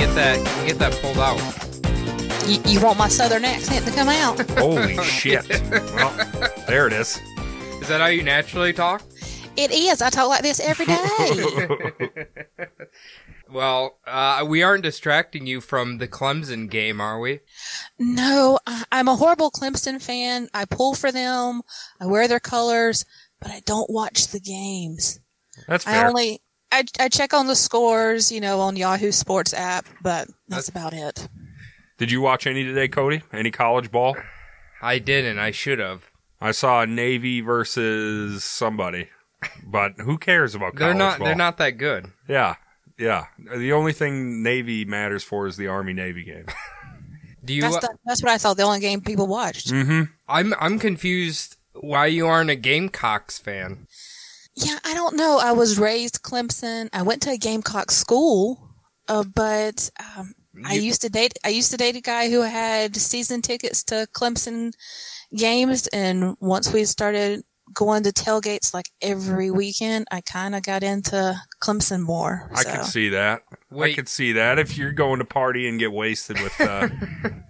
can't get that pulled out. You, you want my southern accent to come out? Holy shit. Well, there it is. Is that how you naturally talk? It is. I talk like this every day. Well, uh, we aren't distracting you from the Clemson game, are we? no, I, I'm a horrible Clemson fan. I pull for them. I wear their colors, but I don't watch the games. That's I fair. only I, I check on the scores, you know, on Yahoo Sports app, but that's about it. Did you watch any today, Cody? Any college ball? I didn't. I should have. I saw Navy versus somebody, but who cares about college They're not. ball? They're not that good. Yeah, yeah. The only thing Navy matters for is the Army Navy game. Do you? That's, the, that's what I thought. The only game people watched. mm-hmm. I'm. I'm confused. Why you aren't a Gamecocks fan? Yeah, I don't know. I was raised Clemson. I went to a Gamecock school, uh, but um, I You- used to date. I used to date a guy who had season tickets to Clemson games, and once we started going to tailgates like every weekend, I kind of got into Clemson more. I so. can see that. I Wait. could see that if you're going to party and get wasted with uh,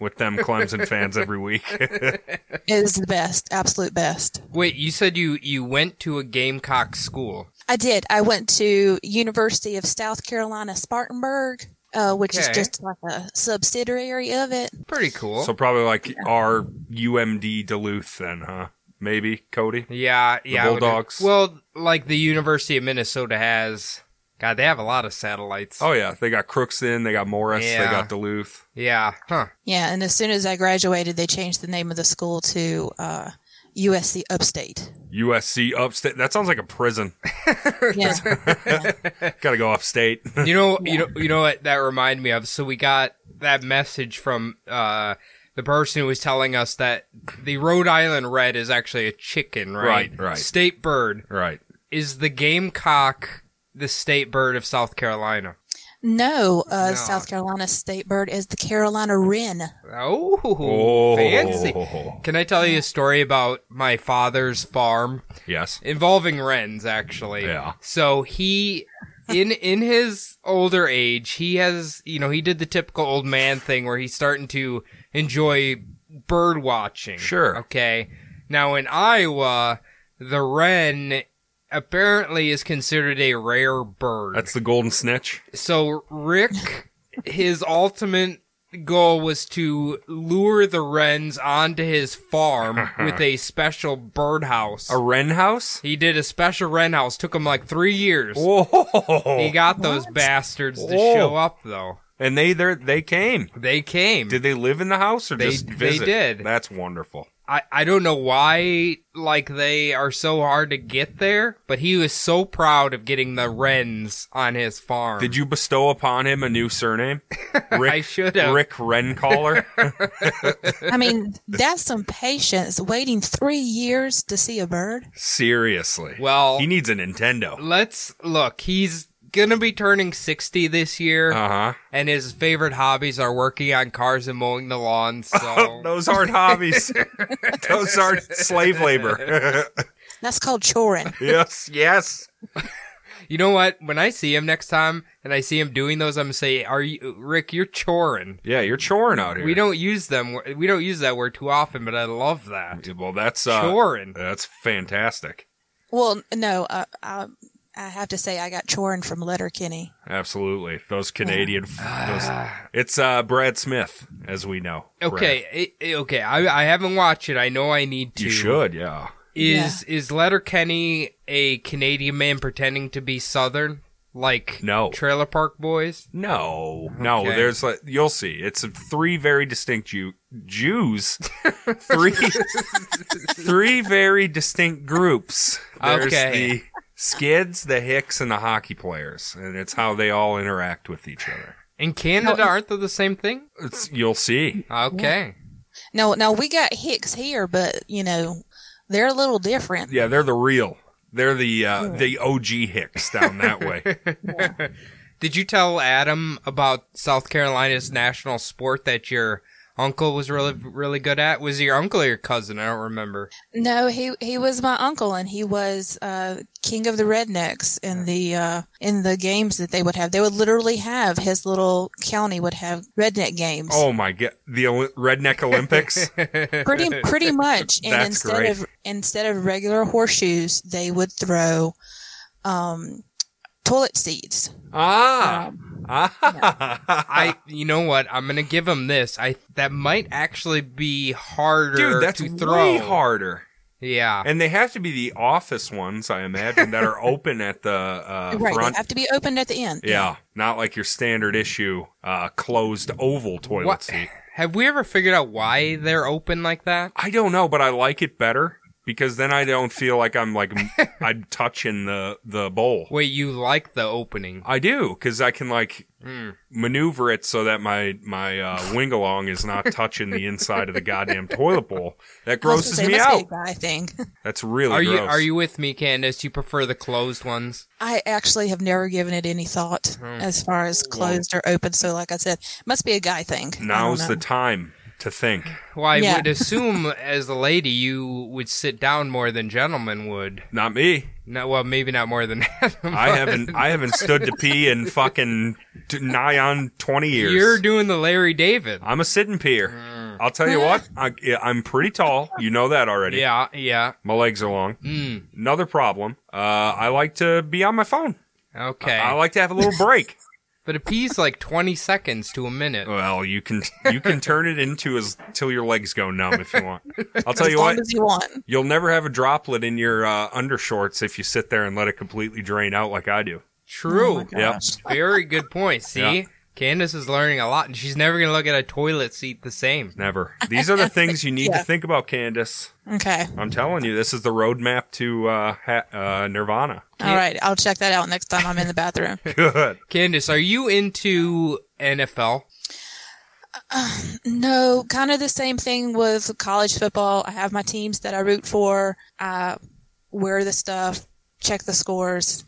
with them Clemson fans every week. It is the best, absolute best. Wait, you said you you went to a Gamecock school. I did. I went to University of South Carolina Spartanburg, uh, which Okay. is just like a subsidiary of it. Pretty cool. so probably like our UMD Duluth, then, huh? Maybe Cody. yeah, yeah. I would- Bulldogs. Well, like the University of Minnesota has. God, they have a lot of satellites. Oh yeah, they got Crookston, they got Morris, they Yeah. got Duluth. yeah. Huh. Yeah, and as soon as I graduated, they changed the name of the school to uh, USC Upstate. USC upstate. That sounds like a prison. Yeah. Gotta go upstate. You know, you know, you know what that reminded me of. So we got that message from uh, the person who was telling us that the Rhode Island red is actually a chicken, right? Right, right. State bird right. is the gamecock, the state bird of South Carolina. no, uh, No. South Carolina state bird is the Carolina wren. Oh, fancy! Can I tell you a story about my father's farm? Yes. involving Ren's actually. Yeah. So he in in his older age, he has you know, he did the typical old man thing where he's starting to enjoy bird watching. Sure. Okay. Now in Iowa, the wren apparently is considered a rare bird. That's the golden snitch. So Rick, his ultimate goal was to lure the wrens onto his farm with a special birdhouse. A wren house? He did a special rent house. Took him like three years. He Whoa. got those bastards to Whoa. show up, though. And they there they came. They came. Did they live in the house or They- just they visit? did. That's wonderful. I, I don't know why, like, they are so hard to get there, but he was so proud of getting the wrens on his farm. Did you bestow upon him a new surname? Rick Um. I should have. Rick Rencaller? I mean, that's some patience waiting three years to see a bird. Seriously. Well, he needs a Nintendo. let's look. He's gonna be turning 60 this year, Uh-huh. and his favorite hobbies are working on cars and mowing the lawn, Oh, so. Those aren't hobbies. Those aren't slave labor. That's called choring. yes, yes. You know what? When I see him next time and I see him doing those, I'm gonna say, "Are you, Rick? You're chorin." Yeah, you're choring out here. We don't use them. We don't use that word too often, but I love that. Well, that's uh, Chorin. That's fantastic. Well, no, uh, I, I have to say I got choring from Letterkenny. Absolutely, those Canadian. f- those, it's uh, Brad Smith, as we know. Brad. okay, eh, eh, okay. I, I haven't watched it. I know I need to. you should. Yeah, Is is Letterkenny a Canadian man pretending to be Southern, like No. Trailer Park Boys? no, no. Okay. There's like you'll see. It's three very distinct Jew- Jews, three, three very distinct groups. There's Okay. the Skids, the Hicks, and the hockey players, and it's how they all interact with each other. In Canada, aren't they the same thing? It's, you'll see. Okay. No, now we got Hicks here, but you know they're a little different. Yeah, they're the real. They're the uh, the OG Hicks down that way. Did you tell Adam about South Carolina's national sport that your uncle was really really good at? Was it your uncle or your cousin? I don't remember. No, he he was my uncle, and he was uh, king of the rednecks in the uh, in the games that they would have. They would literally have his little county would have redneck games. Oh my god, the Oli- redneck Olympics. pretty pretty much. And That's instead great. of instead of regular horseshoes, they would throw um, toilet seats. Um, ah, ah. Um, I you know what? I'm gonna give him this. I that might actually be harder dude, that's to throw. way harder. Yeah. And they have to be the office ones, I imagine, that are open at the uh, right, front. they have to be opened at the end. yeah, not like your standard issue uh, closed oval toilet What- seat. Have we ever figured out why they're open like that? I don't know, but I like it better because then I don't feel like I'm like m- I'm touching the the bowl. Wait, you like the opening? I do because I can like Mm. maneuver it so that my my uh, wing along is not touching the inside of the goddamn toilet bowl. That I was grosses gonna say, me it must be out. a guy thing. That's really Are you gross. are you with me, Candace? You prefer the closed ones? I actually have never given it any thought Hmm. as far as closed or open. So, like I said, must be a guy thing. I don't Now's the know. time to think. Well, I Yeah. would assume as a lady you would sit down more than gentlemen would. Not me. No, well, maybe not more than that. I haven't I haven't stood to pee in fucking t- nigh on twenty years. You're doing the Larry David. I'm a sitting peer. I'll tell you what. I, yeah, I'm pretty tall. You know that already. Yeah, yeah. My legs are long. Mm, Another problem. Uh, I like to be on my phone. okay. I like to have a little break. but a pee's like 20 seconds to a minute. well, you can you can turn it into as till your legs go numb if you want. I'll tell as you long what. as you want. You'll never have a droplet in your uh, undershorts if you sit there and let it completely drain out like I do. True. Oh my gosh. Very good point. See? Yeah. Candace is learning a lot, and she's never going to look at a toilet seat the same. Never. These are the things you need Yeah. to think about, Candace. Okay. I'm telling you, this is the roadmap to uh, ha- uh, Nirvana. All right. I'll check that out next time I'm in the bathroom. Good. Candace, are you into NFL? no, kind of the same thing with college football. I have my teams that I root for. I wear the stuff, check the scores.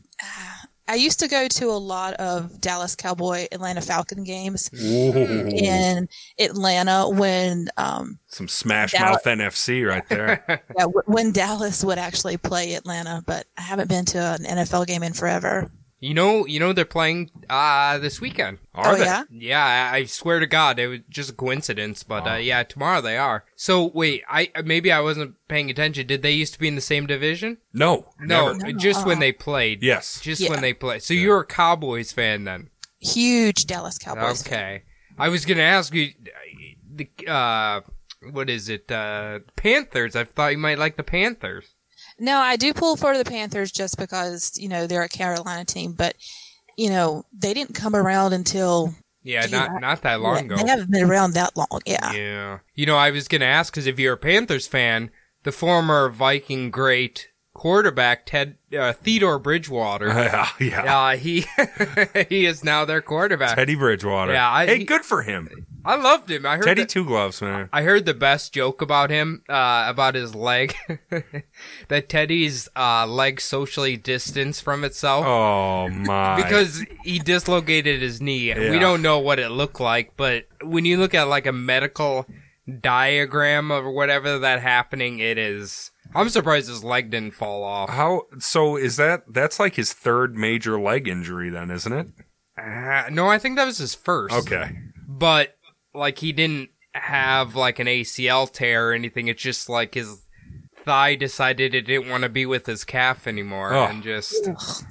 I used to go to a lot of Dallas Cowboy Atlanta Falcon games in Atlanta when um, Some smash That- mouth NFC right Oh, there. yeah, w- when Dallas would actually play Atlanta, but I haven't been to an NFL game in forever. You know, you know they're playing uh this weekend. Are oh they? yeah, Yeah, I, I swear to God, it was just a coincidence. But uh, yeah, tomorrow they are. So wait, I maybe I wasn't paying attention. Did they used to be in the same division? No. No, Uh-uh. never. just when they played. Yes. just Yeah. when they played. So you're a Cowboys fan then? huge Dallas Cowboys. fan. okay. I was gonna ask you the uh, what is it? Uh, Panthers. I thought you might like the Panthers. No, I do pull for the Panthers just because you know they're a Carolina team, but you know they didn't come around until Yeah, Dude, not I- not that long ago. They haven't been around that long. Yeah. Yeah. You know, I was going to ask because if you're a Panthers fan, the former Viking great quarterback Ted uh, Theodore Bridgewater, yeah, yeah. uh, he he is now their quarterback. Teddy Bridgewater. Yeah, I- hey, he- good for him. I loved him. I heard Teddy the- Two Gloves, man. I heard the best joke about him uh, about his leg that Teddy's uh, leg socially distanced from itself. Oh my. because he dislocated his knee. We Yeah. don't know what it looked like, but when you look at like a medical diagram of whatever that happening, it is. I'm surprised his leg didn't fall off. how so is that that's like his third major leg injury then, isn't it? Ah, no, I think that was his first. Uh-huh. Okay. but like he didn't have like an ACL tear or anything. It's just like his thigh decided it didn't want to be with his calf anymore, Oh. and just.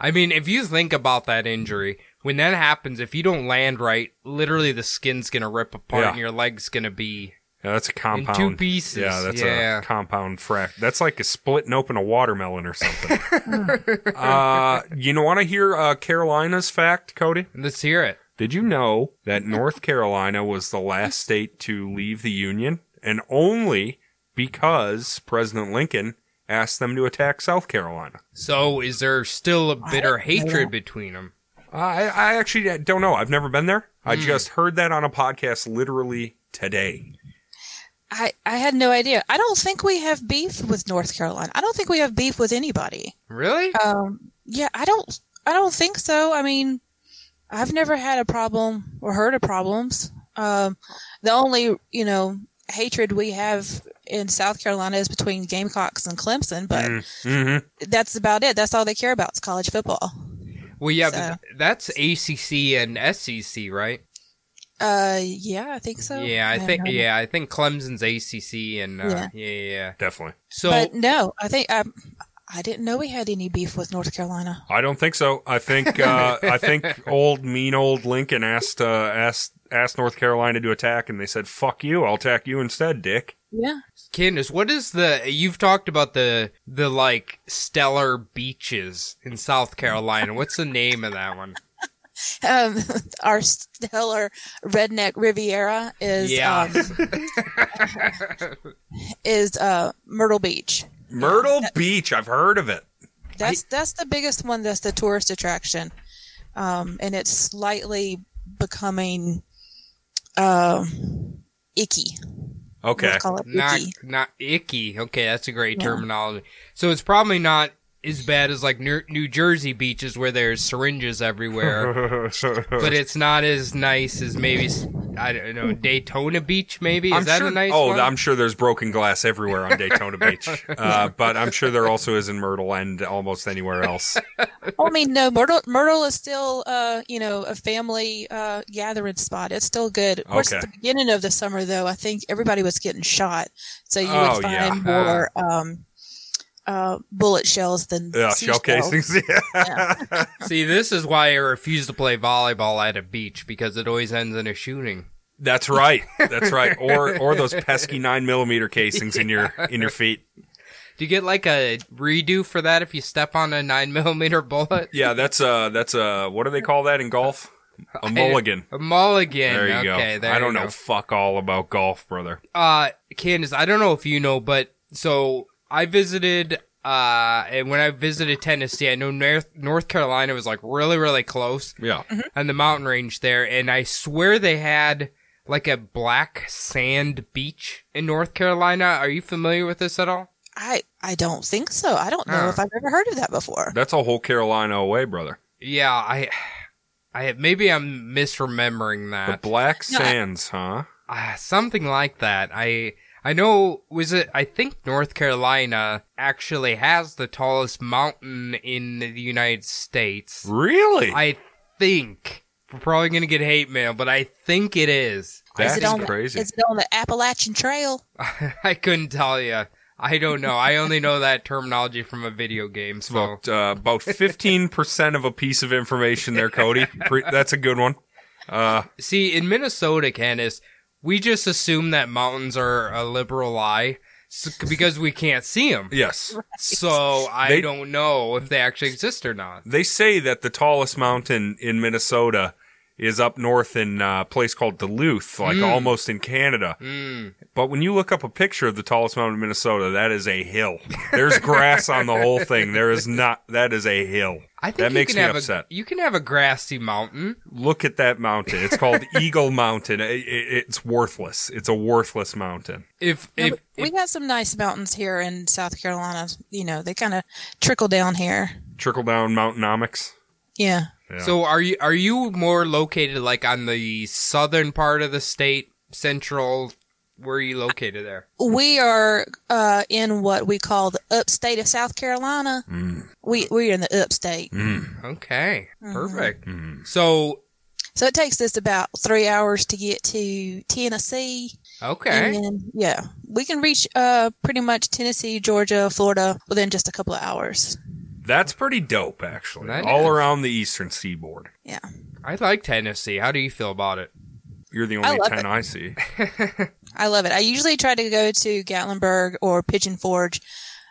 I mean, if you think about that injury, when that happens, if you don't land right, literally the skin's gonna rip apart Yeah. and your leg's gonna be. Yeah, that's a compound. pieces, Yeah, that's yeah. a compound fract. That's like a splitting open a watermelon or something. uh, you know, want to hear uh, Carolina's fact, Cody? Let's hear it. Did you know that North Carolina was the last state to leave the Union? And only because President Lincoln asked them to attack South Carolina. So, is there still a bitter hatred that. between them? I, I actually don't know. I've never been there. I just heard that on a podcast literally today. I I had no idea. I don't think we have beef with North Carolina. I don't think we have beef with anybody. Really? Um, yeah, I don't, I don't think so. I mean, I've never had a problem or heard of problems. Um, the only you know hatred we have in South Carolina is between Gamecocks and Clemson, but Mm-hmm. that's about it. That's all they care about is college football. Well, yeah, So- but that's ACC and SEC, right? Uh, yeah, I think so. yeah, I don't think know. yeah, I think Clemson's ACC and uh, yeah. Yeah. yeah, yeah. Definitely. So but no, I think I, I didn't know we had any beef with North Carolina. I don't think so. I think uh, I think old mean old Lincoln asked uh, asked asked North Carolina to attack, and they said, "Fuck you! I'll attack you instead, Dick." Yeah, Candace, what is the you've talked about the the like stellar beaches in South Carolina. What's the name of that one? um, our stellar redneck Riviera is Yeah. um, is uh, Myrtle Beach. Myrtle Beach. I've heard of it. That's that's the biggest one. That's the tourist attraction, um, and it's slightly becoming um icky. Okay. Let's call it Not icky. not icky. Okay, that's a great Yeah. terminology. So it's probably not as bad as like New, New Jersey beaches where there's syringes everywhere, but it's not as nice as maybe s- I don't know Daytona Beach. Maybe is I'm that sure, a nice? Oh, Oh, I'm sure there's broken glass everywhere on Daytona Beach, uh, but I'm sure there also is in Myrtle and almost anywhere else. Well, I mean, no, Myrtle Myrtle is still uh, you know a family uh, gathering spot. It's still good. Of course, at Okay. the beginning of the summer though, I think everybody was getting shot, so you Oh, would yeah. find more um, uh, bullet shells than Uh, shell seashells. casings. Yeah. See, this is why I refuse to play volleyball at a beach because it always ends in a shooting. That's right. That's right. Or or those pesky nine millimeter casings in your in your feet. Do you get like a redo for that if you step on a nine millimeter bullet? Yeah, that's uh that's uh what do they call that in golf? A mulligan. A mulligan. There you okay, go. There I you don't go. know fuck all about golf, brother. Uh, Candace, I don't know if you know, but so I visited. Uh, and when I visited Tennessee, I know North North Carolina was like really, really close Yeah. on the mountain range there, and I swear they had like a black sand beach in North Carolina. Are you familiar with this at all? I I don't think so. I don't know Huh. if I've ever heard of that before. That's a whole Carolina away, brother. Yeah, I, I maybe I'm misremembering The that. Black No, I- Sands, huh? uh, something like that. I I know was it I think North Carolina actually has the tallest mountain in the United States. Really? I think we're probably gonna get hate mail, but I think it is. Is That it is on the- crazy. Is it on the Appalachian Trail? I couldn't tell you. I don't know. I only know that terminology from a video game. It's So about uh, about fifteen percent of a piece of information there, Cody. Pre- that's a good one. Uh, see, in Minnesota, Candace, we just assume that mountains are a liberal lie s because we can't see them. yes, So I They- don't know if they actually exist or not. they say that the tallest mountain in Minnesota is up north in uh, a place called Duluth, like Mm. almost in Canada. Mm. But when you look up a picture of the tallest mountain in Minnesota, that is a hill. There's grass on the whole thing. There is not. That is a hill. I think That you makes can me have upset. A, you can have a grassy mountain. Look at that mountain. It's called Eagle Mountain. It- it- it's worthless. It's a worthless mountain. If No, if, but we if- got some nice mountains here in South Carolina. You know, they kind of trickle down here. Trickle down mountainomics. Yeah. Yeah. so, are you are you more located like on the southern part of the state, central? Where are you located there? we are uh, in what we call the upstate of South Carolina. Mm, We we're in the upstate, Okay, perfect. mm. So so it takes us about three hours to get to Tennessee, and okay, then yeah, we can reach uh, pretty much Tennessee, Georgia, Florida within just a couple of hours. That's pretty dope, actually. That All is. around the eastern seaboard. Yeah, I like Tennessee. How do you feel about it? You're I the only love it. ten I see. I love it. I usually try to go to Gatlinburg or Pigeon Forge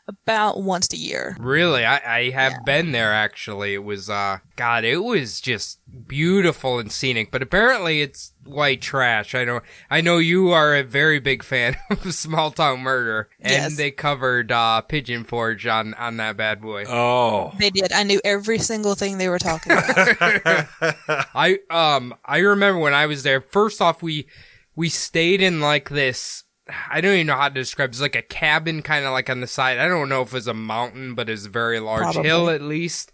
about once a year. Really, I, I have been there actually. It was uh, God, it was just beautiful and scenic. But apparently, it's white trash. I know, I know you are a very big fan of Small Town Murder, and Yes. they covered uh, Pigeon Forge on on that bad boy. Oh, They did. I knew every single thing they were talking about. I um I remember when I was there. First off, we we stayed in like this. I don't even know how to describe. It's like a cabin, kind of like on the side. I don't know if it's a mountain, but it's a very large Probably. hill at least.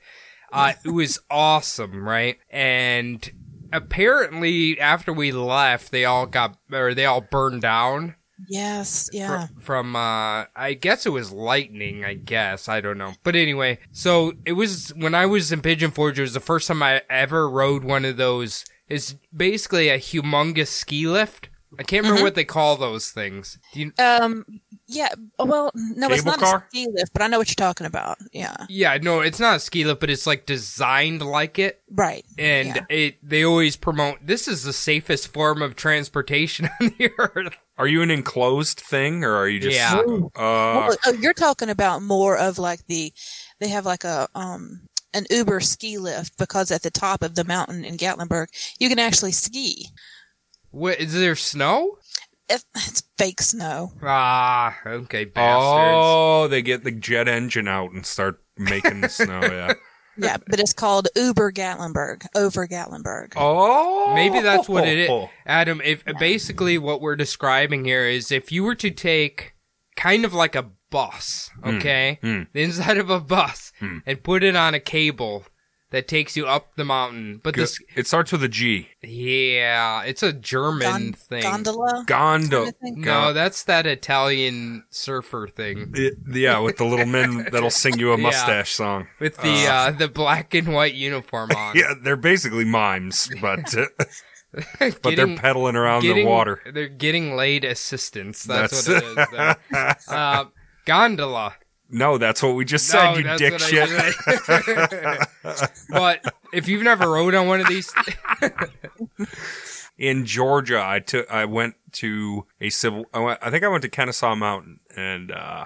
Uh, it was awesome, right? And apparently after we left, they all got or they all burned down Yes. fr- Yeah. from, uh I guess it was lightning, I guess. I don't know. But anyway, so it was when I was in Pigeon Forge, it was the first time I ever rode one of those it's basically a humongous ski lift. I can't Mm-hmm. remember what they call those things. Do you, Um. Yeah. oh, Well, no, it's Cable not car? a ski lift, but I know what you're talking about. Yeah. yeah, no, it's not a ski lift, but it's like designed like it. Right. And Yeah. it they always promote this is the safest form of transportation on the earth. Are you an enclosed thing or are you just Yeah. uh Well, oh, you're talking about more of like the they have like a um an Uber ski lift because at the top of the mountain in Gatlinburg you can actually ski. What is there snow? If it's fake snow. Ah, okay, bastards. Oh, they get the jet engine out and start making the snow, yeah. Yeah, but it's called Uber Gatlinburg, over Gatlinburg. Oh. Maybe that's what it is. Adam, if basically what we're describing here is if you were to take kind of like a bus, okay? mm. The inside of a bus Mm. and put it on a cable that takes you up the mountain. But Go- this It starts with a G. yeah, it's a German Gon- thing. Gondola. Gondo. Kind of thing. No, that's that Italian surfer thing It- yeah, with the little men that'll sing you a Yeah. mustache song. with the uh, the black and white uniform on. Yeah, they're basically mimes, but uh, but Getting- they're pedaling around getting- the water. They're getting laid assistance. That's, That's- what it is. though. uh, gondola. No, that's what we just said, No, you that's dick what I shit. said. but if you've never rode on one of these, in Georgia, I took I went to a civil. I, went, I think I went to Kennesaw Mountain, and uh,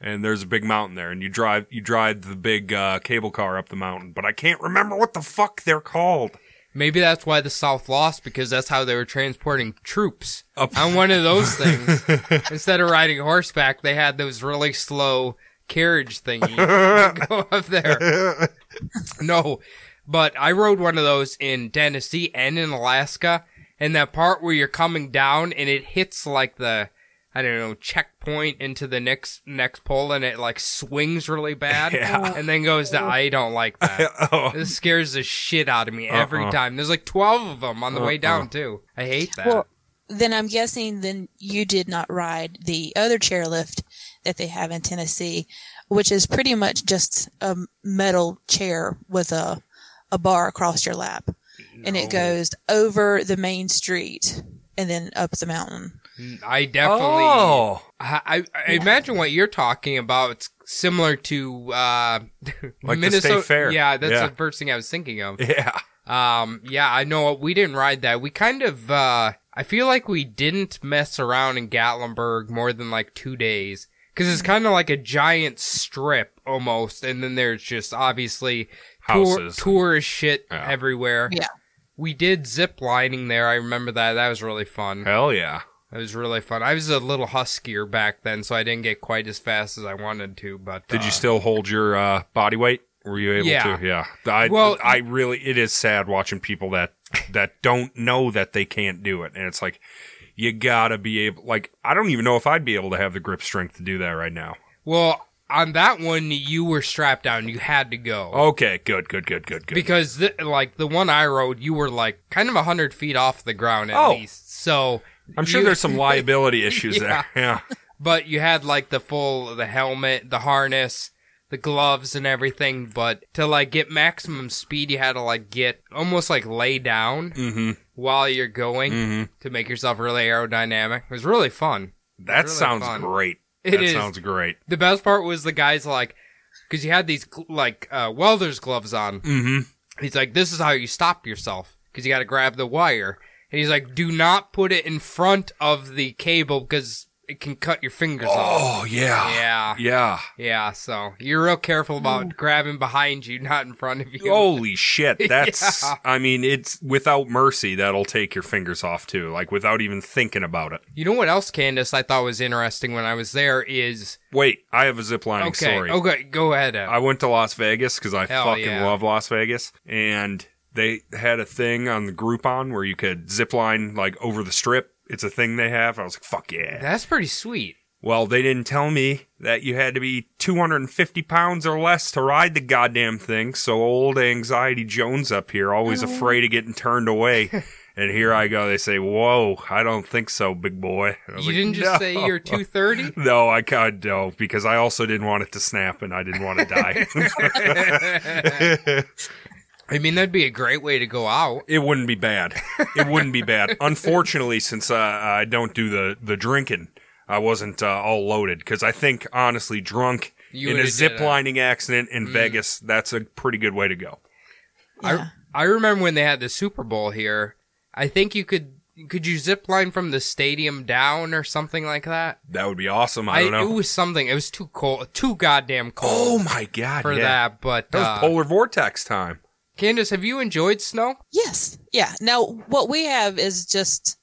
and there's a big mountain there, and you drive you drive the big uh, cable car up the mountain, but I can't remember what the fuck they're called. maybe that's why the South lost because that's how they were transporting troops Up- on one of those things. Instead of riding horseback, they had those really slow carriage thingy to go up there. No, but I rode one of those in Tennessee and in Alaska, and that part where you're coming down and it hits like the I don't know checkpoint into the next next pole, and it like swings really bad, Yeah. and then goes to I don't like that. oh, This scares the shit out of me every Uh-uh. time. There's like 12 of them on the way Uh-uh. down, too. I hate that. Well, then I'm guessing then you did not ride the other chairlift that they have in Tennessee, which is pretty much just a metal chair with a a bar across your lap, and it goes over the main street and then up the mountain. I definitely. oh, I, I, I imagine what you're talking about. It's similar to uh, the Minnesota state fair. Yeah, that's Yeah. the first thing I was thinking of. yeah. Um, yeah, I know we didn't ride that. We kind of. Uh, I feel like we didn't mess around in Gatlinburg more than like two days because it's kind of like a giant strip almost, and then there's just obviously tour, Houses. tourist shit Yeah. everywhere. Yeah. We did zip lining there. I remember that. That was really fun. Hell yeah. That was really fun. I was a little huskier back then, so I didn't get quite as fast as I wanted to. But Did uh, you still hold your uh, body weight? Were you able Yeah. to? Yeah. I, Well- I really, it is sad watching people that that don't know that they can't do it, and it's like you gotta be able. Like I don't even know if I'd be able to have the grip strength to do that right now. Well, on that one, you were strapped down. You had to go. Okay, good, good, good, good, good. Because th- like the one I rode, you were like kind of hundred feet off the ground at Oh. least. So I'm sure you- there's some liability issues Yeah. there. Yeah. but you had like the full the helmet, the harness, the gloves, and everything. But to like get maximum speed, you had to like get almost like lay down Mm-hmm. while you're going Mm-hmm. to make yourself really aerodynamic. It was really fun. That Really sounds fun. great. It that is. sounds great. The best part was the guys like, because you had these gl- like uh, welder's gloves on. Mm-hmm. He's like, this is how you stop yourself because you got to grab the wire. And he's like, do not put it in front of the cable because it can cut your fingers off. Oh yeah. Yeah, Yeah. yeah. So you're real careful about grabbing behind you, not in front of you. Holy shit. That's Yeah. I mean, it's without mercy that'll take your fingers off too, like without even thinking about it. You know what else, Candace? I thought was interesting when I was there is Wait, I have a zip lining okay. story. Okay, go ahead. uh, Ed. I went to Las Vegas because I Hell fucking yeah. love Las Vegas, and they had a thing on the Groupon where you could zip line like over the strip. It's a thing they have. I was like, fuck yeah. That's pretty sweet. Well, they didn't tell me that you had to be 250 pounds or less to ride the goddamn thing. So old anxiety Jones up here, Oh. always afraid of getting turned away. and here I go. They say, "Whoa, I don't think so, big boy." And I was You like, didn't just "No." say you're 230? No, I can't. No, because I also didn't want it to snap, and I didn't want to die. I mean, that'd be a great way to go out. It wouldn't be bad. It wouldn't be bad. Unfortunately, since uh, I don't do the the drinking, I wasn't uh, all loaded because I think honestly, drunk You in a would've did Mm. it. ziplining accident in Vegas, that's a pretty good way to go. Yeah. I remember when they had the Super Bowl here. I think you could could you zip line from the stadium down or something like that. That would be awesome. I, don't It know. was something. It was too cold, too goddamn Oh cold my god! for yeah. that. But That was uh, polar vortex time. Candace, have you enjoyed snow? Yes. Yeah. Now what we have is just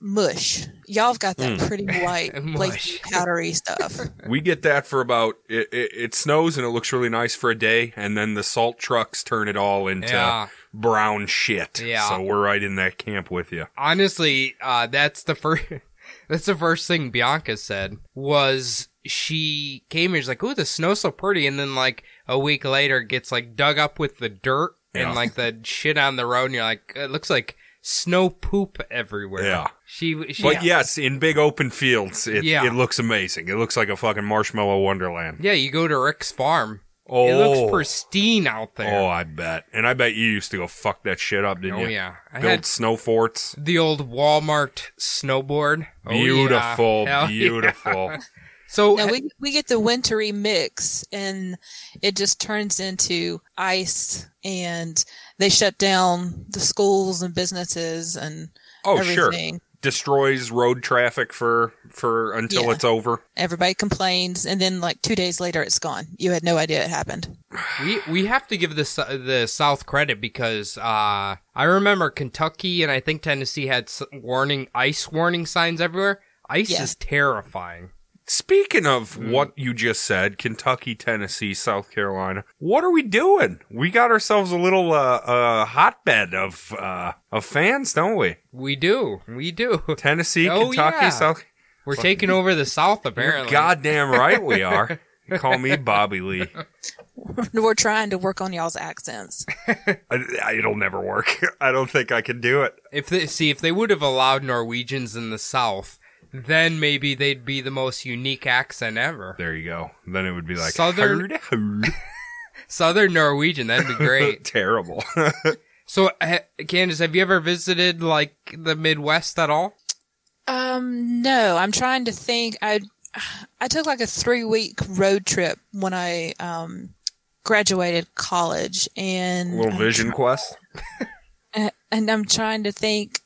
mush. Y'all've got that pretty white, Mush. like powdery stuff. We get that for about it, it, it snows and it looks really nice for a day, and then the salt trucks turn it all into Yeah. brown shit. Yeah. So we're right in that camp with you. honestly, uh, that's the first. That's the first thing Bianca said was she came here. She's like, "Ooh, the snow's so pretty," and then like a week later, gets like dug up with the dirt Yeah. and like the shit on the road. And you're like, it looks like snow poop everywhere. Yeah. she. she But yes, in big open fields, it, Yeah. it looks amazing. It looks like a fucking marshmallow wonderland. yeah, you go to Rick's farm. Oh, It looks pristine out oh, there. I bet. And I bet you used to go fuck that shit up, didn't Oh, you? yeah, I Build had snow forts. the old Walmart snowboard. Oh, yeah. Beautiful, Hell yeah. beautiful. So now we we get the wintry mix, and it just turns into ice, and they shut down the schools and businesses and Oh, sure. everything. Destroys road traffic for for until Yeah. it's over. Everybody complains, and then like two days later, it's gone. You had no idea it happened. We we have to give the S- the South credit because uh, I remember Kentucky and I think Tennessee had s- warning ice warning signs everywhere. Ice is Yes. terrifying. Speaking of Mm. what you just said, Kentucky, Tennessee, South Carolina, what are we doing? We got ourselves a little uh, uh, hotbed of uh, of fans, don't we? We do, we do. Tennessee, Oh, Kentucky, yeah. South. We're taking over the South apparently. Goddamn right we are. You Call me Bobby Lee. We're trying to work on y'all's accents. I, I- it'll never work. I don't think I can do it. If they see if they would have allowed Norwegians in the South, then maybe they'd be the most unique accent ever. There you go. Then it would be like Southern- "Herd, herd." Southern Norwegian, that'd be great. Terrible. so, ha- Candace, have you ever visited like the Midwest at all? Um, no, I'm trying to think. I I took like a three week road trip when I um graduated college, and little vision quest. and I'm trying to think.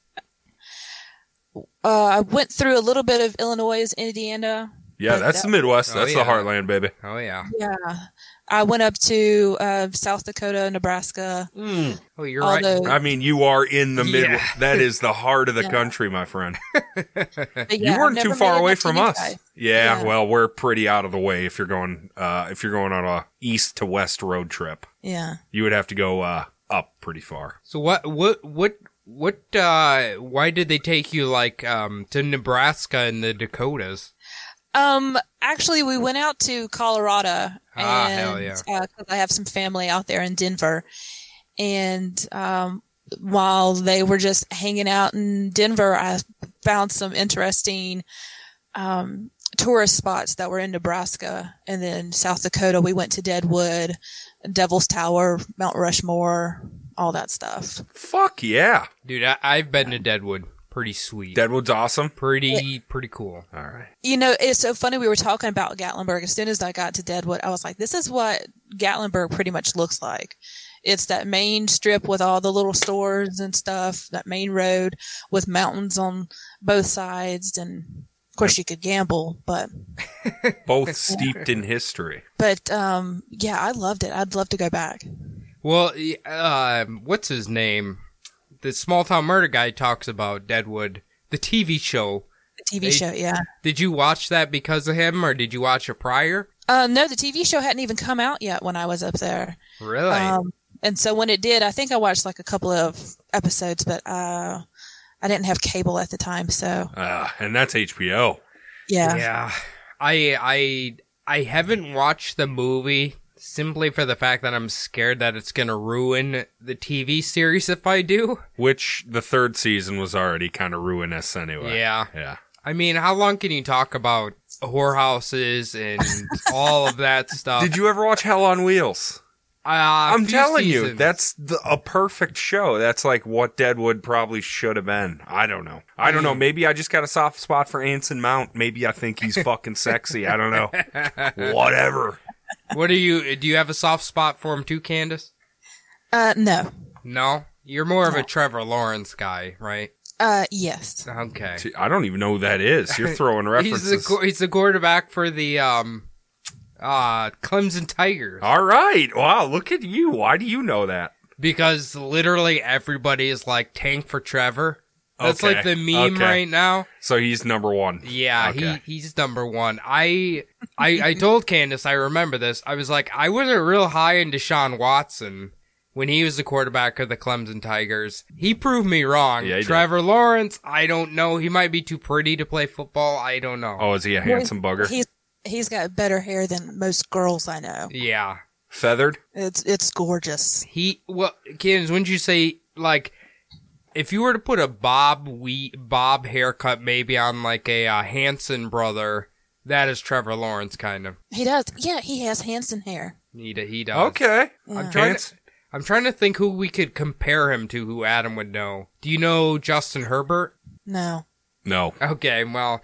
Uh, I went through a little bit of Illinois, Indiana. Yeah, But that's that- the Midwest. Oh, that's yeah. the heartland, baby. Oh yeah. Yeah, I went up to uh, South Dakota, Nebraska. Oh, you're all right. those- I mean, you are in the Yeah. Midwest. That is the heart of the Yeah. country, my friend. but you yeah, weren't I've too never far made it away up to from you us. guys. Yeah, Yeah. well, we're pretty out of the way if you're going uh, if you're going on a east to west road trip. Yeah, You would have to go uh, up pretty far. So what what what what uh why did they take you like um to Nebraska and the Dakotas? Um, actually, we went out to Colorado, Ah, and hell yeah. uh, 'cause I have some family out there in Denver, and um, while they were just hanging out in Denver, I found some interesting um, tourist spots that were in Nebraska and then South Dakota. We went to Deadwood, Devil's Tower, Mount Rushmore, all that stuff. Fuck yeah, Dude, I, I've been to Deadwood. Pretty sweet. Deadwood's awesome. pretty pretty cool. All right, You know, it's so funny. We were talking about Gatlinburg. As soon as I got to Deadwood, I was like, this is what Gatlinburg pretty much looks like. It's that main strip with all the little stores and stuff, that main road with mountains on both sides. And of course, you could gamble, but, both steeped in history. but, um, yeah, I loved it. I'd love to go back. Well, y- um what's his name? The small town murder guy talks about Deadwood, the TV show. The TV Hey. show, yeah. Did you watch that because of him or did you watch it prior? Uh, no, the TV show hadn't even come out yet when I was up there. Really? Um, and so when it did, I think I watched like a couple of Ah, episodes, but, uh, I didn't have cable at the time, so Uh, and that's HBO. Yeah. Yeah. I I I haven't watched the movie simply for the fact that I'm scared that it's going to ruin the TV series if I do. Which the third season was already kind of ruinous anyway. Yeah. Yeah. I mean, how long can you talk about whorehouses and all of that stuff? Did you ever watch Hell on Wheels? Uh, a I'm few telling you, seasons. that's the, a perfect show. That's like what Deadwood probably should have been. I don't know. I don't know. Mm. Maybe I just got a soft spot for Anson Mount. Maybe I think he's fucking sexy. I don't know. Whatever. What do you do? You have a soft spot for him too, Candace? Uh, no. No, you're more of a Trevor Lawrence guy, right? Uh, yes. Okay, T- I don't even know who that is. You're throwing he's references. the qu- he's the quarterback for the um, uh, Clemson Tigers All right. Wow. Look at you. Why do you know that? because literally everybody is like tank for Trevor. That's like Okay, the meme okay. right now. So he's number one. Yeah, Okay. he, he's number one. I, I I told Candace, I remember this. I was like, I wasn't real high in Deshaun Watson when he was the quarterback of the Clemson Tigers. He proved me wrong. Yeah, he did. Trevor Lawrence, I don't know. He might be too pretty to play football. I don't know. Oh, is he a handsome bugger? He's he's got better hair than most girls I know. Yeah, Feathered? It's it's gorgeous. he. Well, Candace, wouldn't you say like? If you were to put a bob we bob haircut maybe on like a uh, Hanson brother, that is Trevor Lawrence kind of. He does. Yeah, he has Hanson hair. He, d- he does. Okay. I'm Yeah. trying Pants? to, I'm trying to think who we could compare him to who Adam would know. Do you know Justin Herbert? No. No. Okay, well,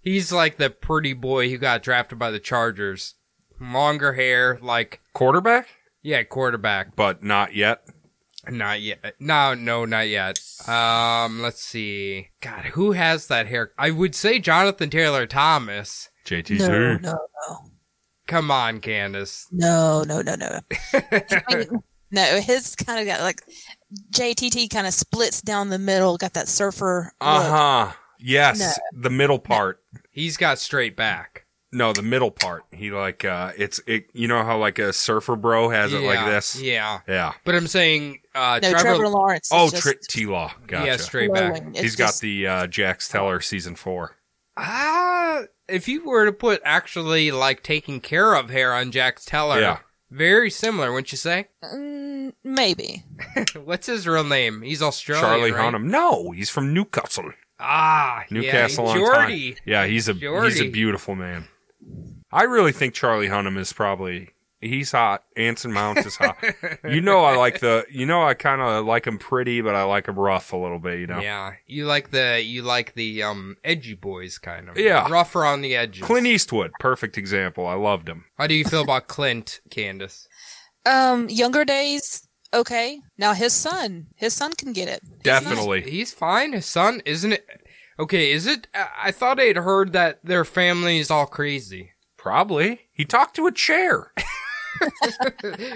he's like the pretty boy who got drafted by the Chargers. Longer hair, like Quarterback? yeah, quarterback. But not yet. Not yet. No, no, not yet. Um, let's see. God, who has that hair? I would say Jonathan Taylor Thomas. JTC. No, no, no. Come on, Candace. No, no, no, no. no, his kind of got like JTT kind of splits down the middle, got that surfer. look. Uh huh. Yes. The middle part. He's got straight back. No, the middle part. He like uh it's it you know how like a surfer bro has it like Yeah, this? Yeah. Yeah. But I'm saying uh No, Trevor, Lawrence. Oh, is Tri- T Law. Gotcha. Yeah, straight back. He's got the uh Jax Teller season four. Ah, if you were to put actually like taking care of hair on Jax Teller, Yeah. very similar, wouldn't you say? the mm, maybe. What's his real name? He's Australian. Charlie right? Hunnam. No, he's from Newcastle. Ah, Newcastle yeah, on Geordie. time. Yeah, he's a he's a Geordie. beautiful man. I really think Charlie Hunnam is probably he's hot. Anson Mount is hot. you know I like the you know I kind of like him pretty, but I like him rough a little bit. You know, Yeah, you like the you like the um edgy boys kind of. Yeah. rough around the edges. Clint E- Eastwood, perfect example. I loved him. How do you feel about Clint, Candace? Um, younger days, okay. Now his son, his son can get it. He's not- Definitely. He's fine. His son isn't it? Okay, is it? I I thought I'd heard that their family is all crazy. Probably. He talked to a chair.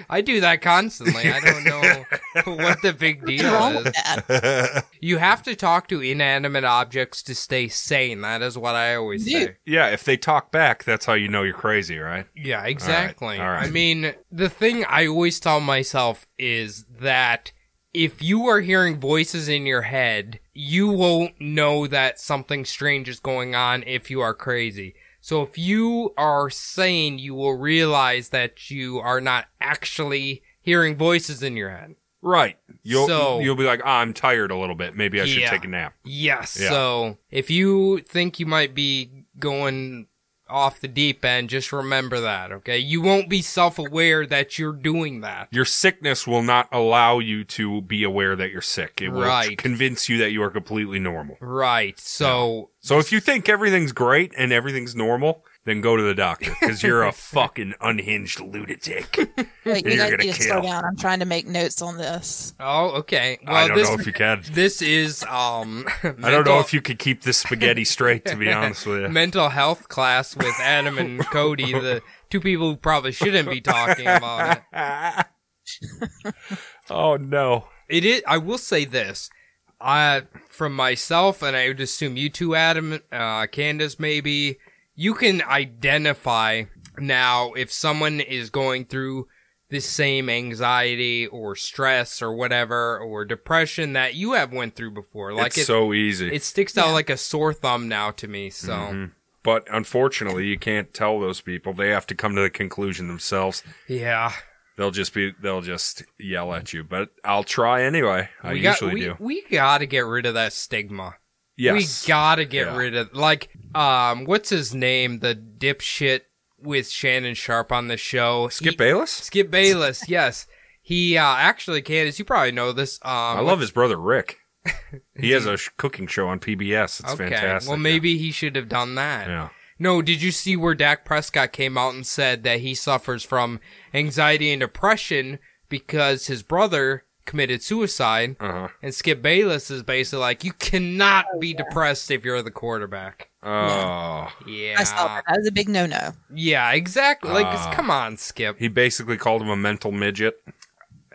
I do that constantly. I don't know what the big deal What's wrong is. with that? You have to talk to inanimate objects to stay sane. That is what I always Dude. say. yeah, if they talk back, that's how you know you're crazy, right? Yeah, exactly. all right. I mean, the thing I always tell myself is that if you are hearing voices in your head, you won't know that something strange is going on if you are crazy. So if you are sane, you will realize that you are not actually hearing voices in your head. Right. You'll So- you'll be like, "Ah, I'm tired a little bit. Maybe I should Yeah. take a nap. Yes. Yeah. So if you think you might be going off the deep end, just remember that, okay? You won't be self aware that you're doing that. Your sickness will not allow you to be aware that you're sick. It will Right. convince you that you are completely normal. Right. So So if you think everything's great and everything's normal, then go to the doctor because you're a fucking unhinged lunatic. Wait, You're you guys gonna need to slow kill. down. I'm trying to make notes on this. oh okay. Well I don't this know if you can. this is um I don't know if you could keep this spaghetti straight. To be honest with you, mental health class with Adam and Cody, the two people who probably shouldn't be talking about it. oh no. It is. I will say this. I, from myself, and I would assume you two, Adam, uh, Candace, maybe you can identify now if someone is going through the same anxiety or stress or whatever or depression that you have went through before. Like it's it, so easy. it sticks out like a sore thumb now to me. So Mhm. But unfortunately, you can't tell those people. They have to come to the conclusion themselves. Yeah. They'll just be they'll just yell at you. But I'll try anyway. I we usually got, we, do. We got to get rid of that stigma. Yes. We got to get Yeah. rid of like um what's his name the dipshit with Shannon Sharp on the show. Skip He- Bayless? Skip Bayless, yes. He uh, actually, Candace, you probably know this. Um, I love his brother Rick. he has a sh- cooking show on PBS. It's fantastic. Well, maybe he should have done that. Yeah. No, did you see where Dak Prescott came out and said that he suffers from anxiety and depression because his brother committed suicide? Uh-huh. And Skip Bayless is basically like, you cannot Oh, be depressed if you're the quarterback. Oh. Yeah. I saw that. That was a big no no. Yeah, exactly. Like, Ah. come on, Skip. He basically called him a mental midget.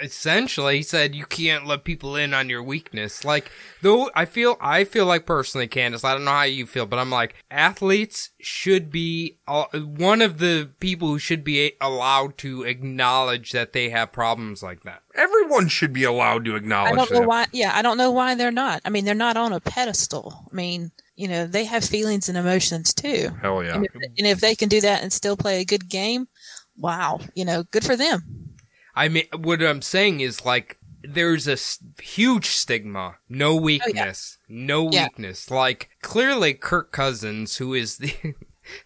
essentially he said you can't let people in on your weakness like though i feel i feel like personally candace i don't know how you feel but i'm like athletes should be all, one of the people who should be allowed to acknowledge that they have problems like that Everyone should be allowed to acknowledge I don't know that. why. Yeah, I don't know why they're not. I mean, they're not on a pedestal. I mean, you know, they have feelings and emotions too. Hell yeah. And, if, and if they can do that and still play a good game, wow, you know, good for them. i mean what i'm saying is like there's a s- huge stigma no weakness no Yeah. weakness like clearly kirk cousins who is the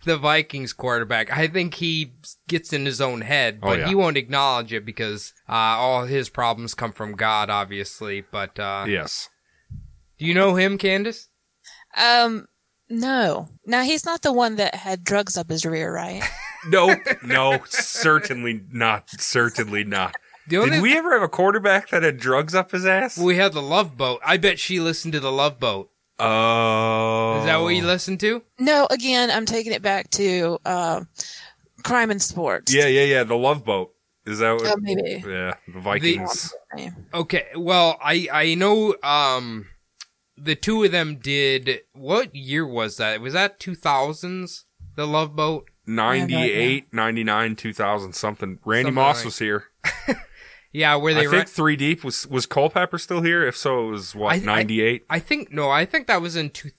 the Vikings quarterback. I think he gets in his own head, Oh, but yeah. he won't acknowledge it because uh, all his problems come from God, obviously. But uh, Yes. do you know him, Candace? Um, no, now he's not the one that had drugs up his rear, right? No, no, certainly not. Certainly not. The Did we ever have a quarterback that had drugs up his ass? we had the Love Boat. I bet she listened to the Love Boat. Oh. Is that what you listened to? no, again, I'm taking it back to uh, crime and sports. Yeah, yeah, yeah. The Love Boat. Is that what? Oh, Um, maybe. Yeah, the Vikings. Okay. Well, I I know um the two of them did. What year was that? Was that two thousands? The Love Boat. 98, 99, 2000, something. Randy Something Moss like- was here. Yeah, where I they think ran- 3 Deep was was Culpepper still here? If so, it was I what, th- I- 98? I think no, I think that was in two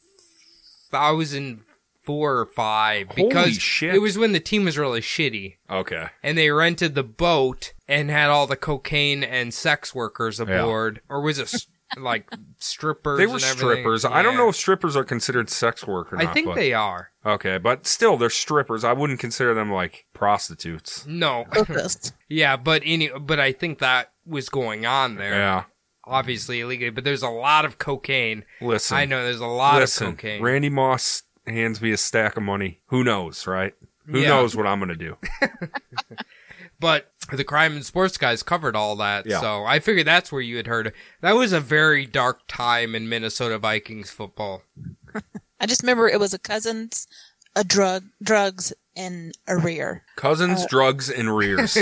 thousand four or five Holy because shit. it was when the team was really shitty okay. and they rented the boat and had all the cocaine and sex workers aboard, or was it s- like strippers? They were and everything? strippers. I don't Yeah. know if strippers are considered sex work or I not. think but- they are. Okay, but still, they're strippers. I wouldn't consider them like prostitutes. No, Focused. yeah, but any, but I think that was going on there. Yeah. Obviously illegally, but there's a lot of cocaine. Listen. I know there's a lot Listen, of cocaine. Randy Moss hands me a stack of money. Who knows, right? Who Yeah. knows what I'm going to do? but the crime and sports guys covered all that Yeah. so i figured that's where you had heard it. that was a very dark time in minnesota vikings football I just remember it was a cousin's, a drug, drugs and a rear. Cousins, drugs, and rears.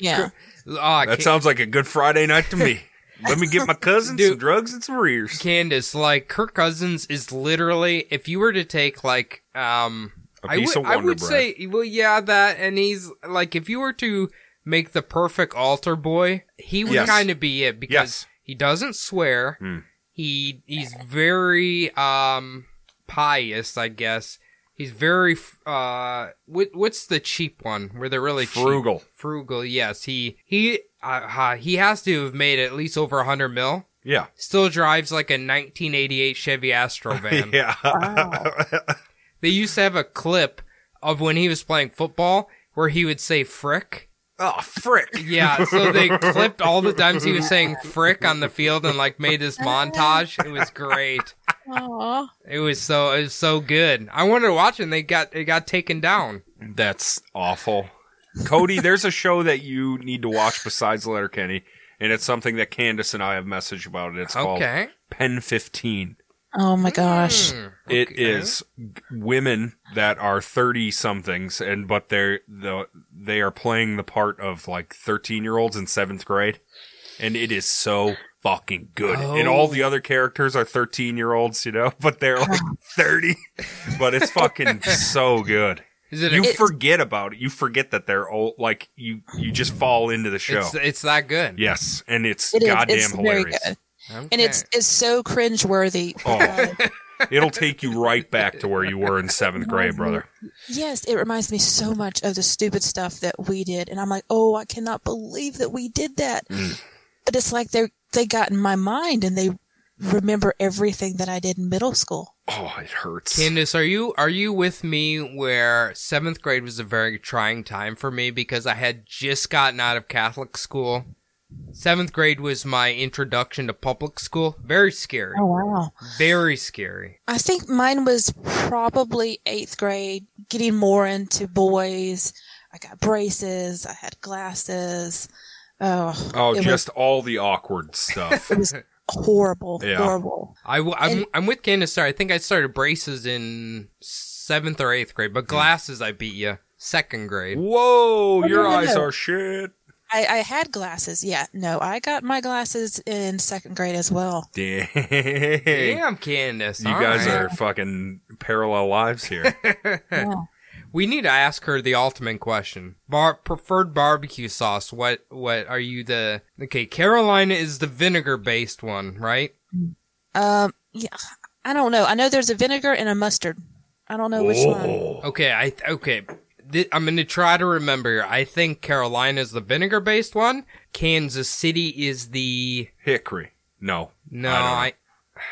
Yeah. Ah, That Ca- sounds like a good Friday night to me. Let me get my cousins Dude. some drugs and some rears. candace like kirk cousins is literally if you were to take like um A I piece would- of I Wonder would Bread. say well yeah that and he's like if you were to make the perfect altar boy he would Yes. kind of be it because Yes. he doesn't swear Hmm. he he's very um pious i guess he's very f- uh what, what's the cheap one where they're really cheap? Frugal. frugal yes he he uh, uh, he has to have made at least over 100 mil Yeah. still drives like a 1988 chevy astro van Yeah. they used to have a clip of when he was playing football where he would say frick oh, frick. yeah, so they clipped all the times he was saying frick on the field and like made this montage. It was great. Aw. It was so it was so good. I wanted to watch it and they got it got taken down. That's awful. Cody, there's a show that you need to watch besides Letterkenny, and it's something that Candace and I have messaged about. and It's called Okay. Pen 15. Oh my gosh. Mm. Hmm. It Okay. is g- women that are 30 somethings and but they're the they are playing the part of like 13 year olds in 7th grade and it is so fucking good. And all the other characters are 13 year olds, you know, but they're like 30. But it's fucking so good. Is it a, You It's- forget about it. You forget that they're old like you you just fall into the show. it's, it's that good. yes, and it's It is. goddamn It's very hilarious. good. Okay. And it's it's so cringeworthy. Oh. Uh, It'll take you right back to where you were in seventh grade, brother. Yes, it reminds me so much of the stupid stuff that we did, and I'm like, oh, I cannot believe that we did that. But it's like they they got in my mind and they remember everything that I did in middle school. Oh, it hurts. Candace, are you are you with me where seventh grade was a very trying time for me because I had just gotten out of Catholic school. Seventh grade was my introduction to public school. Very scary. Oh, Oh. wow! Very scary. I think mine was probably eighth grade, getting more into boys. I got braces. I had glasses. Oh, oh, it just all the awkward stuff. was, it was horrible, Yeah. horrible. I w- I'm, And- I'm with Candace. Sorry, I think I started braces in seventh or eighth grade, Mm. but glasses I beat you second grade. Whoa, your Oh, no, no, eyes no. are shit. I, I had glasses. Yeah, no, I got my glasses in second grade as well. Dang. Damn, Candace. You all guys right. are fucking parallel lives here. Yeah. We need to ask her the ultimate question. Bar- preferred barbecue sauce. What? What are you the? Okay, Carolina is the vinegar based one, right? Um, yeah, I don't know. I know there's a vinegar and a mustard. I don't know which one. oh. Okay, I th- okay. Th- I'm gonna try to remember. here. I think Carolina is the vinegar based one. Kansas City is the Hickory. No. no. I I, don't know.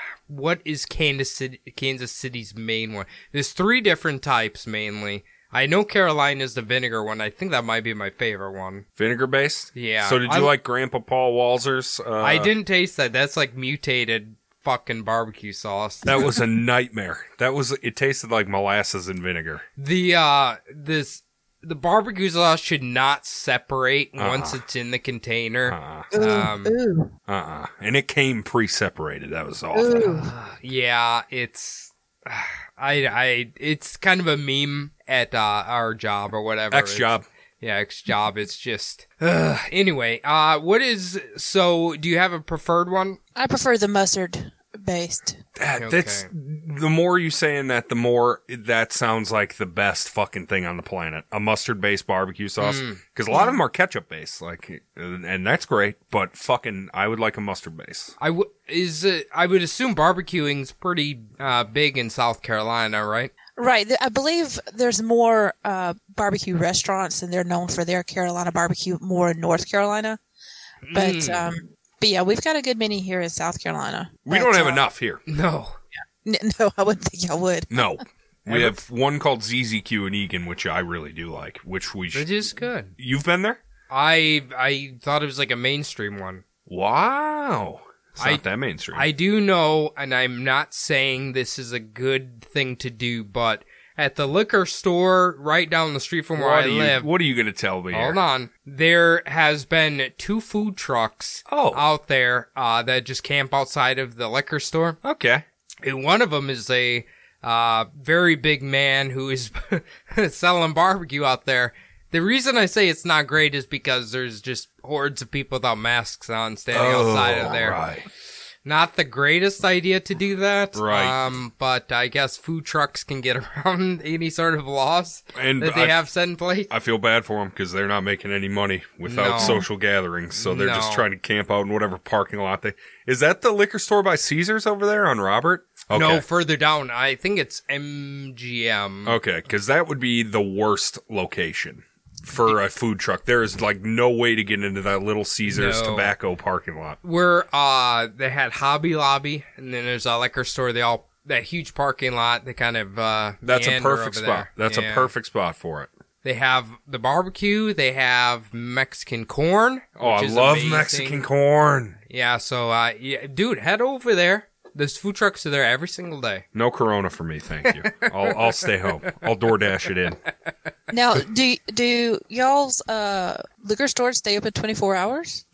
what is Kansas City? Kansas City's main one. There's three different types mainly. I know Carolina is the vinegar one. I think that might be my favorite one. Vinegar based? Yeah. So did you I- like Grandpa Paul Walzer's? Uh, I didn't taste that. That's like mutated fucking barbecue sauce. That was a nightmare. That was, it tasted like molasses and vinegar. the uh this the barbecue sauce should not separate once Uh-uh. it's in the container. Uh Ooh, Um, ooh, uh uh. And it came pre separated. That was awful. ooh. Yeah, it's I I it's kind of a meme at uh, our job or whatever. X It's- job. Yeah, X job. It's just Ugh. anyway. Uh, what is so? Do you have a preferred one? I prefer the mustard based. That, That's the more you saying that, the more that sounds like the best fucking thing on the planet. A mustard based barbecue sauce, because a lot of them are ketchup based, like, and and that's great. But fucking, I would like a mustard base. I w- is it, I would assume barbecuing's pretty uh, big in South Carolina, right? Right. th- I believe there's more uh, barbecue restaurants, and they're known for their Carolina barbecue more in North Carolina. But Mm. Mm. um, but yeah, we've got a good many here in South Carolina. We But, don't have uh, enough here. No. n- no, I wouldn't think y'all would. No, we Ever- have one called ZZQ in Egan, which I really do like. Which we It should. is good. You've been there? I I thought it was like a mainstream one. Wow, it's I- not that mainstream. I do know, and I'm not saying this is a good thing to do, but at the liquor store right down the street from where what, I are you, live, what are you gonna tell me? hold here? on, there has been two food trucks Oh. out there uh, that just camp outside of the liquor store. Okay. And one of them is a uh, very big man who is selling barbecue out there. The reason I say it's not great is because there's just hordes of people without masks on standing outside of there Oh, Right. not the greatest idea to do that. Right. Um, but I guess food trucks can get around any sort of laws And that they I've- have set in place. I feel bad for them because they're not making any money without No. social gatherings, so they're just No. trying to camp out in whatever parking lot they. Is that the liquor store by Caesars over there on Robert? Okay. No, further down. I think it's MGM. okay, because that would be the worst location for a food truck. There is like no way to get into that little Caesars No. tobacco parking lot. Where uh, they had Hobby Lobby, and then there's a liquor store. They all that huge parking lot. They kind of uh, That's a meander perfect over spot. there. That's Yeah. a perfect spot for it. They have the barbecue. They have Mexican corn. Oh, I which is love amazing. Mexican corn. Yeah. So, uh, yeah, dude, head over there. Those food trucks are there every single day. No Corona for me, thank you. I'll I'll stay home. I'll DoorDash it in. Now, do do y'all's uh, liquor stores stay open 24 hours?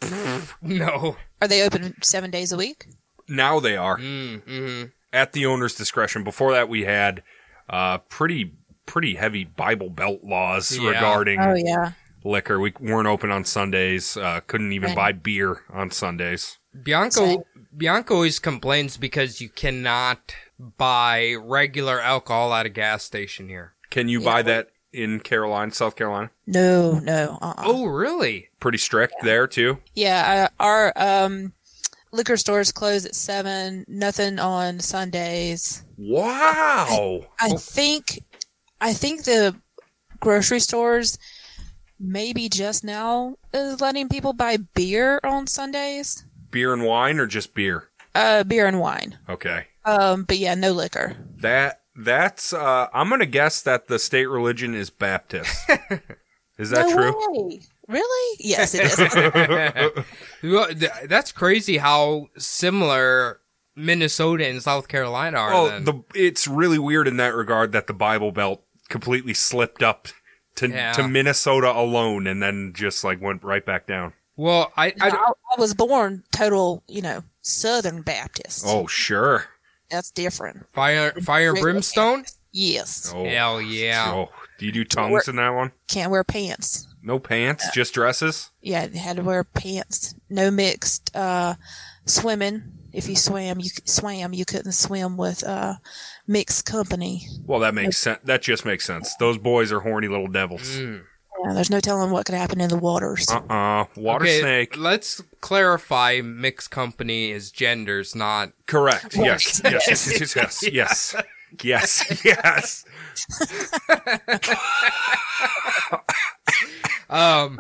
No. Are they open seven days a week? Now they are. Mm, hmm at the owner's discretion. Before that, we had uh, pretty pretty heavy Bible Belt laws Yeah. regarding Oh yeah. liquor. We weren't open on Sundays. Uh, couldn't even Right. buy beer on Sundays. Bianco So- Bianco always complains because you cannot buy regular alcohol at a gas station here. Can you buy that in Carolina, South Carolina? No, no. Uh-uh. Oh, really? Pretty strict there too. Yeah, I, our um, liquor stores close at seven. Nothing on Sundays. Wow. I think, I think the grocery stores maybe just now is letting people buy beer on Sundays. Beer and wine or just beer? Uh, beer and wine. Okay. Um, but yeah, no liquor. That that's uh I'm gonna guess that the state religion is Baptist. is that no true? Way. Really? Yes, it is. Well, th- That's crazy how similar Minnesota and South Carolina are. Well, then. Oh, the it's really weird in that regard that the Bible Belt completely slipped up to Yeah. to Minnesota alone and then just like went right back down. well, I, I, I don't- I was born total, you know, Southern Baptist. Oh sure. That's different. fire fire and Really? brimstone. Yes. Oh Hell yeah. Oh, do you do tongues in that one? Can't wear pants. No pants, just dresses. Yeah, they had to wear pants. No mixed uh, swimming. If you swam, you c- swam. You couldn't swim with uh, mixed company. Well, that makes sense. That just makes sense. Those boys are horny little devils. Mm. Yeah, there's no telling what could happen in the waters. Uh uh water Okay, snake. Let's clarify. Mixed company is genders, not Correct. Right. Yes. Yes. Yes. Yes. Yes. Yes. Yes. yes. Um,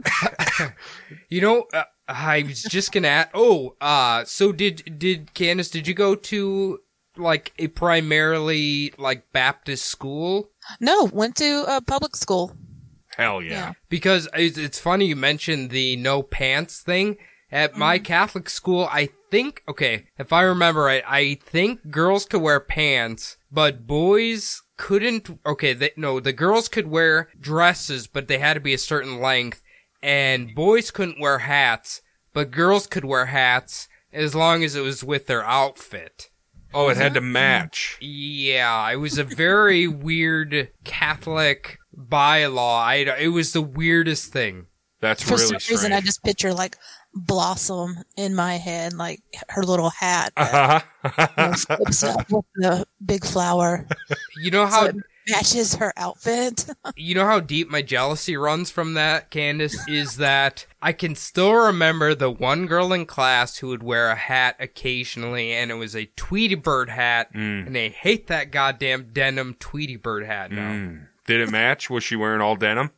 you know, uh, I was just gonna. Ask, oh, uh, so did did Candace? Did you go to like a primarily like Baptist school? No, went to uh, public school. Hell yeah. Yeah. Because it's, it's funny you mentioned the no pants thing. At my Catholic school, I think okay, if I remember right, I think girls could wear pants, but boys couldn't. Okay, they, no, the girls could wear dresses, but they had to be a certain length, and boys couldn't wear hats, but girls could wear hats as long as it was with their outfit. Oh, it had Mm-hmm. to match. Yeah, it was a very weird Catholic bylaw. I, it was the weirdest thing. That's For some really reason, I strange. just picture like Blossom in my head, like her little hat, that, you Uh-huh. know, flips up with the big flower, You know so how it matches her outfit. you know how deep my jealousy runs from that, Candace, is that I can still remember the one girl in class who would wear a hat occasionally, and it was a Tweety Bird hat, Mm. and I hate that goddamn denim Tweety Bird hat now. Mm. Did it match? Was she wearing all denim?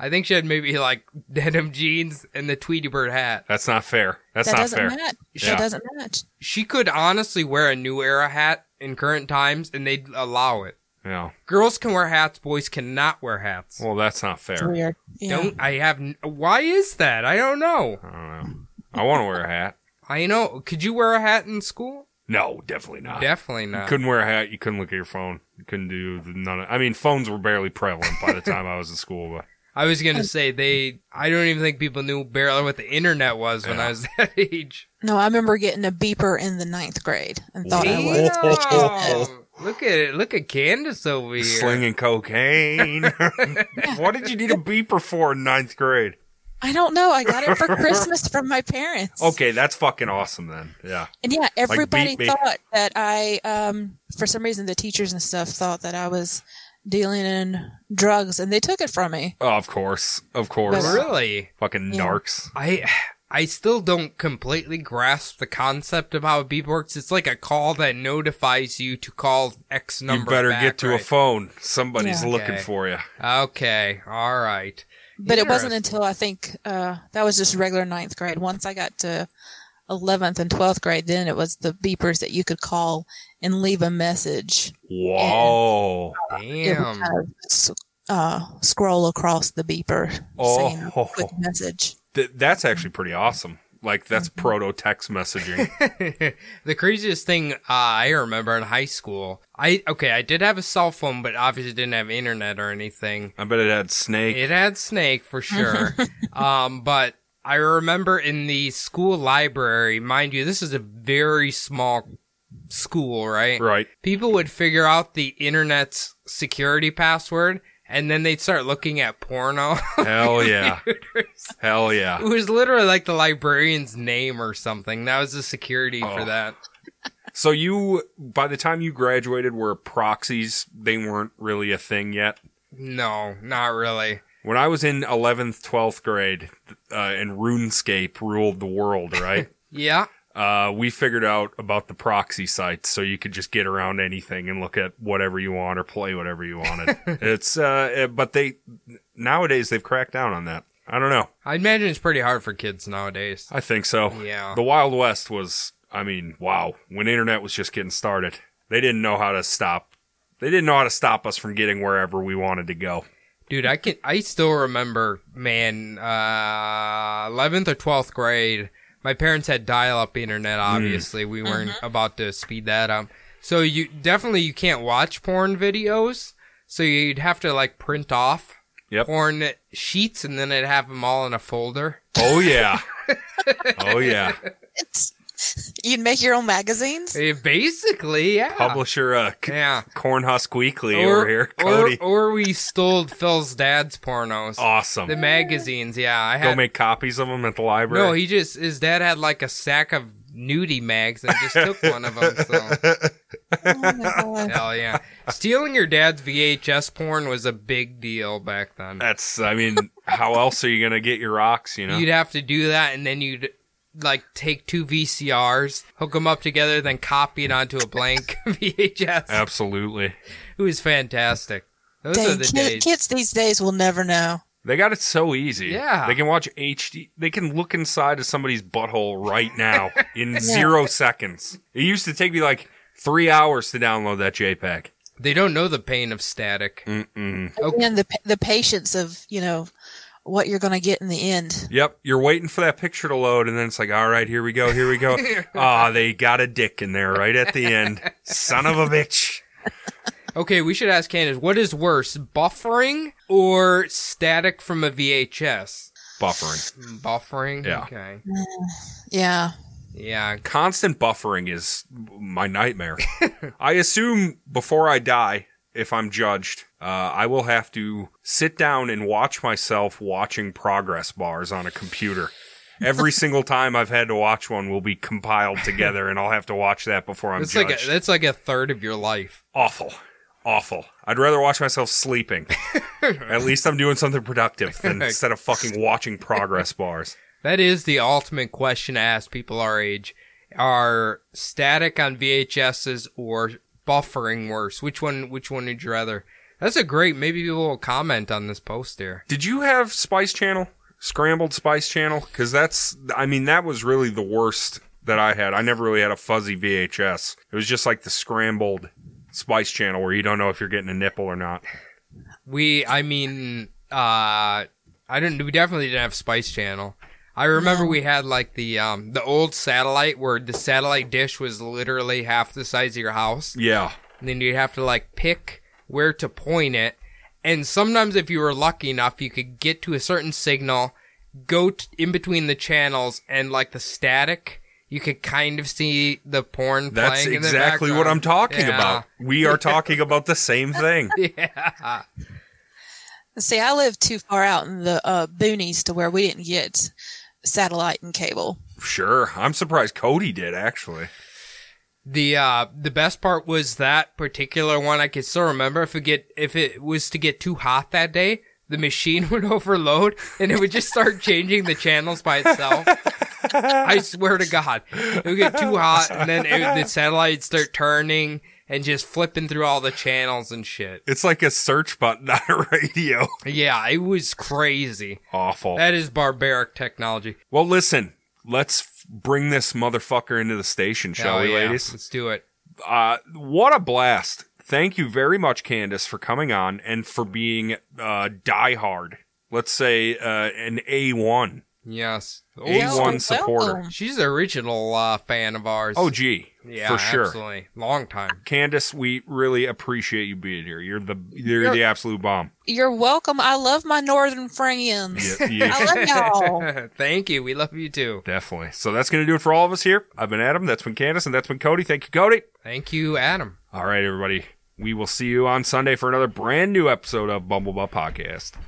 I think she had maybe like denim jeans and the Tweety Bird hat. That's not fair. That's that not doesn't fair. match. Yeah. That doesn't match. She could honestly wear a new era hat in current times, and they'd allow it. Yeah. Girls can wear hats, boys cannot wear hats. Well, that's not It's fair. weird. Yeah. Don't I have? N- Why is that? I don't know. I don't know. I want to wear a hat. I know. Could you wear a hat in school? No, definitely not. Definitely not. couldn't wear a hat. You couldn't look at your phone. You couldn't do the, none. Of, I mean, phones were barely prevalent by the time I was in school. But I was gonna say they. I don't even think people knew barely what the internet was when I was that age. No, I remember getting a beeper in the ninth grade and thought I Oh, was. Damn. Look at it. Look at Candace over here. slinging cocaine. what did you need a beeper for in ninth grade? I don't know. I got it for Christmas from my parents. Okay, that's fucking awesome then. Yeah. And yeah, everybody beat me. thought that I, um, for some reason, the teachers and stuff thought that I was dealing in drugs, and they took it from me. Oh, of course. Of course. But- Really? Fucking Yeah. narcs. I. I still don't completely grasp the concept of how a beep works. It's like a call that notifies you to call X You number. better back, get to a right? phone. Somebody's Yeah. looking Okay. for you. Okay. All right. But it wasn't Interesting. until I think uh, that was just regular ninth grade. Once I got to eleventh and twelfth grade, then it was the beepers that you could call and leave a message. Whoa. It would Damn. kind of s- uh, scroll across the beeper saying Oh. quick message. Th- that's actually pretty awesome. Like, that's proto text messaging. the craziest thing uh, I remember in high school, I okay, I did have a cell phone, but obviously didn't have internet or anything. I bet it had snake. It had Snake for sure, um, but I remember in the school library, mind you, this is a very small school, right? right. People would figure out the internet's security password, and then they'd start looking at porno. Hell yeah. Hell it yeah. was literally like the librarian's name or something. That was the security for Oh. that. So, you, by the time you graduated, were proxies, they weren't really a thing yet. No, not really. When I was in 11th, 12th grade, uh, and RuneScape ruled the world, right? Yeah. uh, we figured out about the proxy sites, so you could just get around anything and look at whatever you want or play whatever you wanted. it's uh, eh, but they nowadays they've cracked down on that. I don't know. I imagine it's pretty hard for kids nowadays. I think so. Yeah. The Wild West was, I mean, wow. When internet was just getting started, they didn't know how to stop. They didn't know how to stop us from getting wherever we wanted to go. Dude, I can I still remember, man, uh, 11th or 12th grade, my parents had dial-up internet Mm. obviously. We weren't about to speed that up. So you definitely you can't watch porn videos. So you'd have to like print off Yep. porn sheets and then I'd have them all in a folder. Oh yeah. oh yeah. It's, you'd make your own magazines. Eh, basically, yeah. Publisher uh, C- Yeah. Cornhusk Weekly Or, over here, or, Cody. or we stole Phil's dad's pornos. awesome. The magazines, yeah. I Go had make copies of them at the library. No, he just his dad had like a sack of nudie mags and just took one of them. So Oh my God. hell yeah, stealing your dad's VHS porn was a big deal back then. That's. I mean, how else are you gonna get your rocks? You know. You'd have to do that, and then you'd like take two VCRs, hook them up together, then copy it onto a blank VHS. Absolutely. It was fantastic. Those are Dang, the kid, days. kids these days will never know. They got it so easy. Yeah. They can watch HD. They can look inside of somebody's butthole right now in zero seconds. It used to take me like three hours to download that JPEG. They don't know the pain of static. Mm-mm. Okay. And the pa- the patience of you know what you're going to get in the end. Yep. You're waiting for that picture to load, and then it's like, all right, here we go, here we go. Ah, they got a dick in there right at the end. Son of a bitch. Okay, we should ask Candace, what is worse, buffering or static from a VHS? Buffering. Mm, Buffering? Yeah. Okay. Yeah. Yeah, Constant buffering is my nightmare. I assume before I die, if I'm judged, uh, I will have to sit down and watch myself watching progress bars on a computer. Every single time I've had to watch one will be compiled together, and I'll have to watch that before I'm That's judged. like a, that's like a third of your life. awful, awful. I'd rather watch myself sleeping. At least I'm doing something productive than instead of fucking watching progress bars. That is the ultimate question to ask people our age: Are static on VHSs or buffering worse? Which one? Which one would you rather? That's a great. Maybe people will comment on this post here. Did you have Spice Channel? Scrambled Spice Channel? Because that's, I mean, that was really the worst that I had. I never really had a fuzzy VHS. It was just like the scrambled Spice Channel where you don't know if you're getting a nipple or not. We, I mean, uh, I didn't. We definitely didn't have Spice Channel. I remember we had like the um the old satellite where the satellite dish was literally half the size of your house. Yeah. and then you'd have to like pick where to point it. And sometimes, if you were lucky enough, you could get to a certain signal, go t- in between the channels, and like the static, you could kind of see the porn. That's playing in the exactly what I'm background. talking Yeah. about. We are talking about the same thing. Yeah, See, I lived too far out in the uh, boonies to where we didn't get satellite and cable. Sure. I'm surprised Cody did, actually. the uh, the best part was that particular one. I can still remember. If it get if it was to get too hot that day, the machine would overload and it would just start changing the channels by itself. I swear to God, it would get too hot, and then it, the satellites start turning and just flipping through all the channels and shit. It's like a search button on a radio. Yeah, it was crazy. Awful. That is barbaric technology. Well, listen, let's f- bring this motherfucker into the station, shall Hell we, yeah. ladies? Let's do it. uh, what a blast. Thank you very much, Candace, for coming on and for being uh, diehard. Let's say uh, an A1. Yes. A1 Oh, supporter. welcome. She's an original uh, fan of ours. Oh, gee. yeah, for sure. Absolutely. Long time. Candace, we really appreciate you being here. You're the you're, You're- the absolute bomb. You're welcome. I love my northern friends. Yeah, yeah, I love y'all. Thank you. We love you too. definitely. So that's going to do it for all of us here. I've been Adam. That's been Candace, and that's been Cody. Thank you, Cody. Thank you, Adam. All right, everybody. We will see you on Sunday for another brand new episode of Bumblebutt Podcast.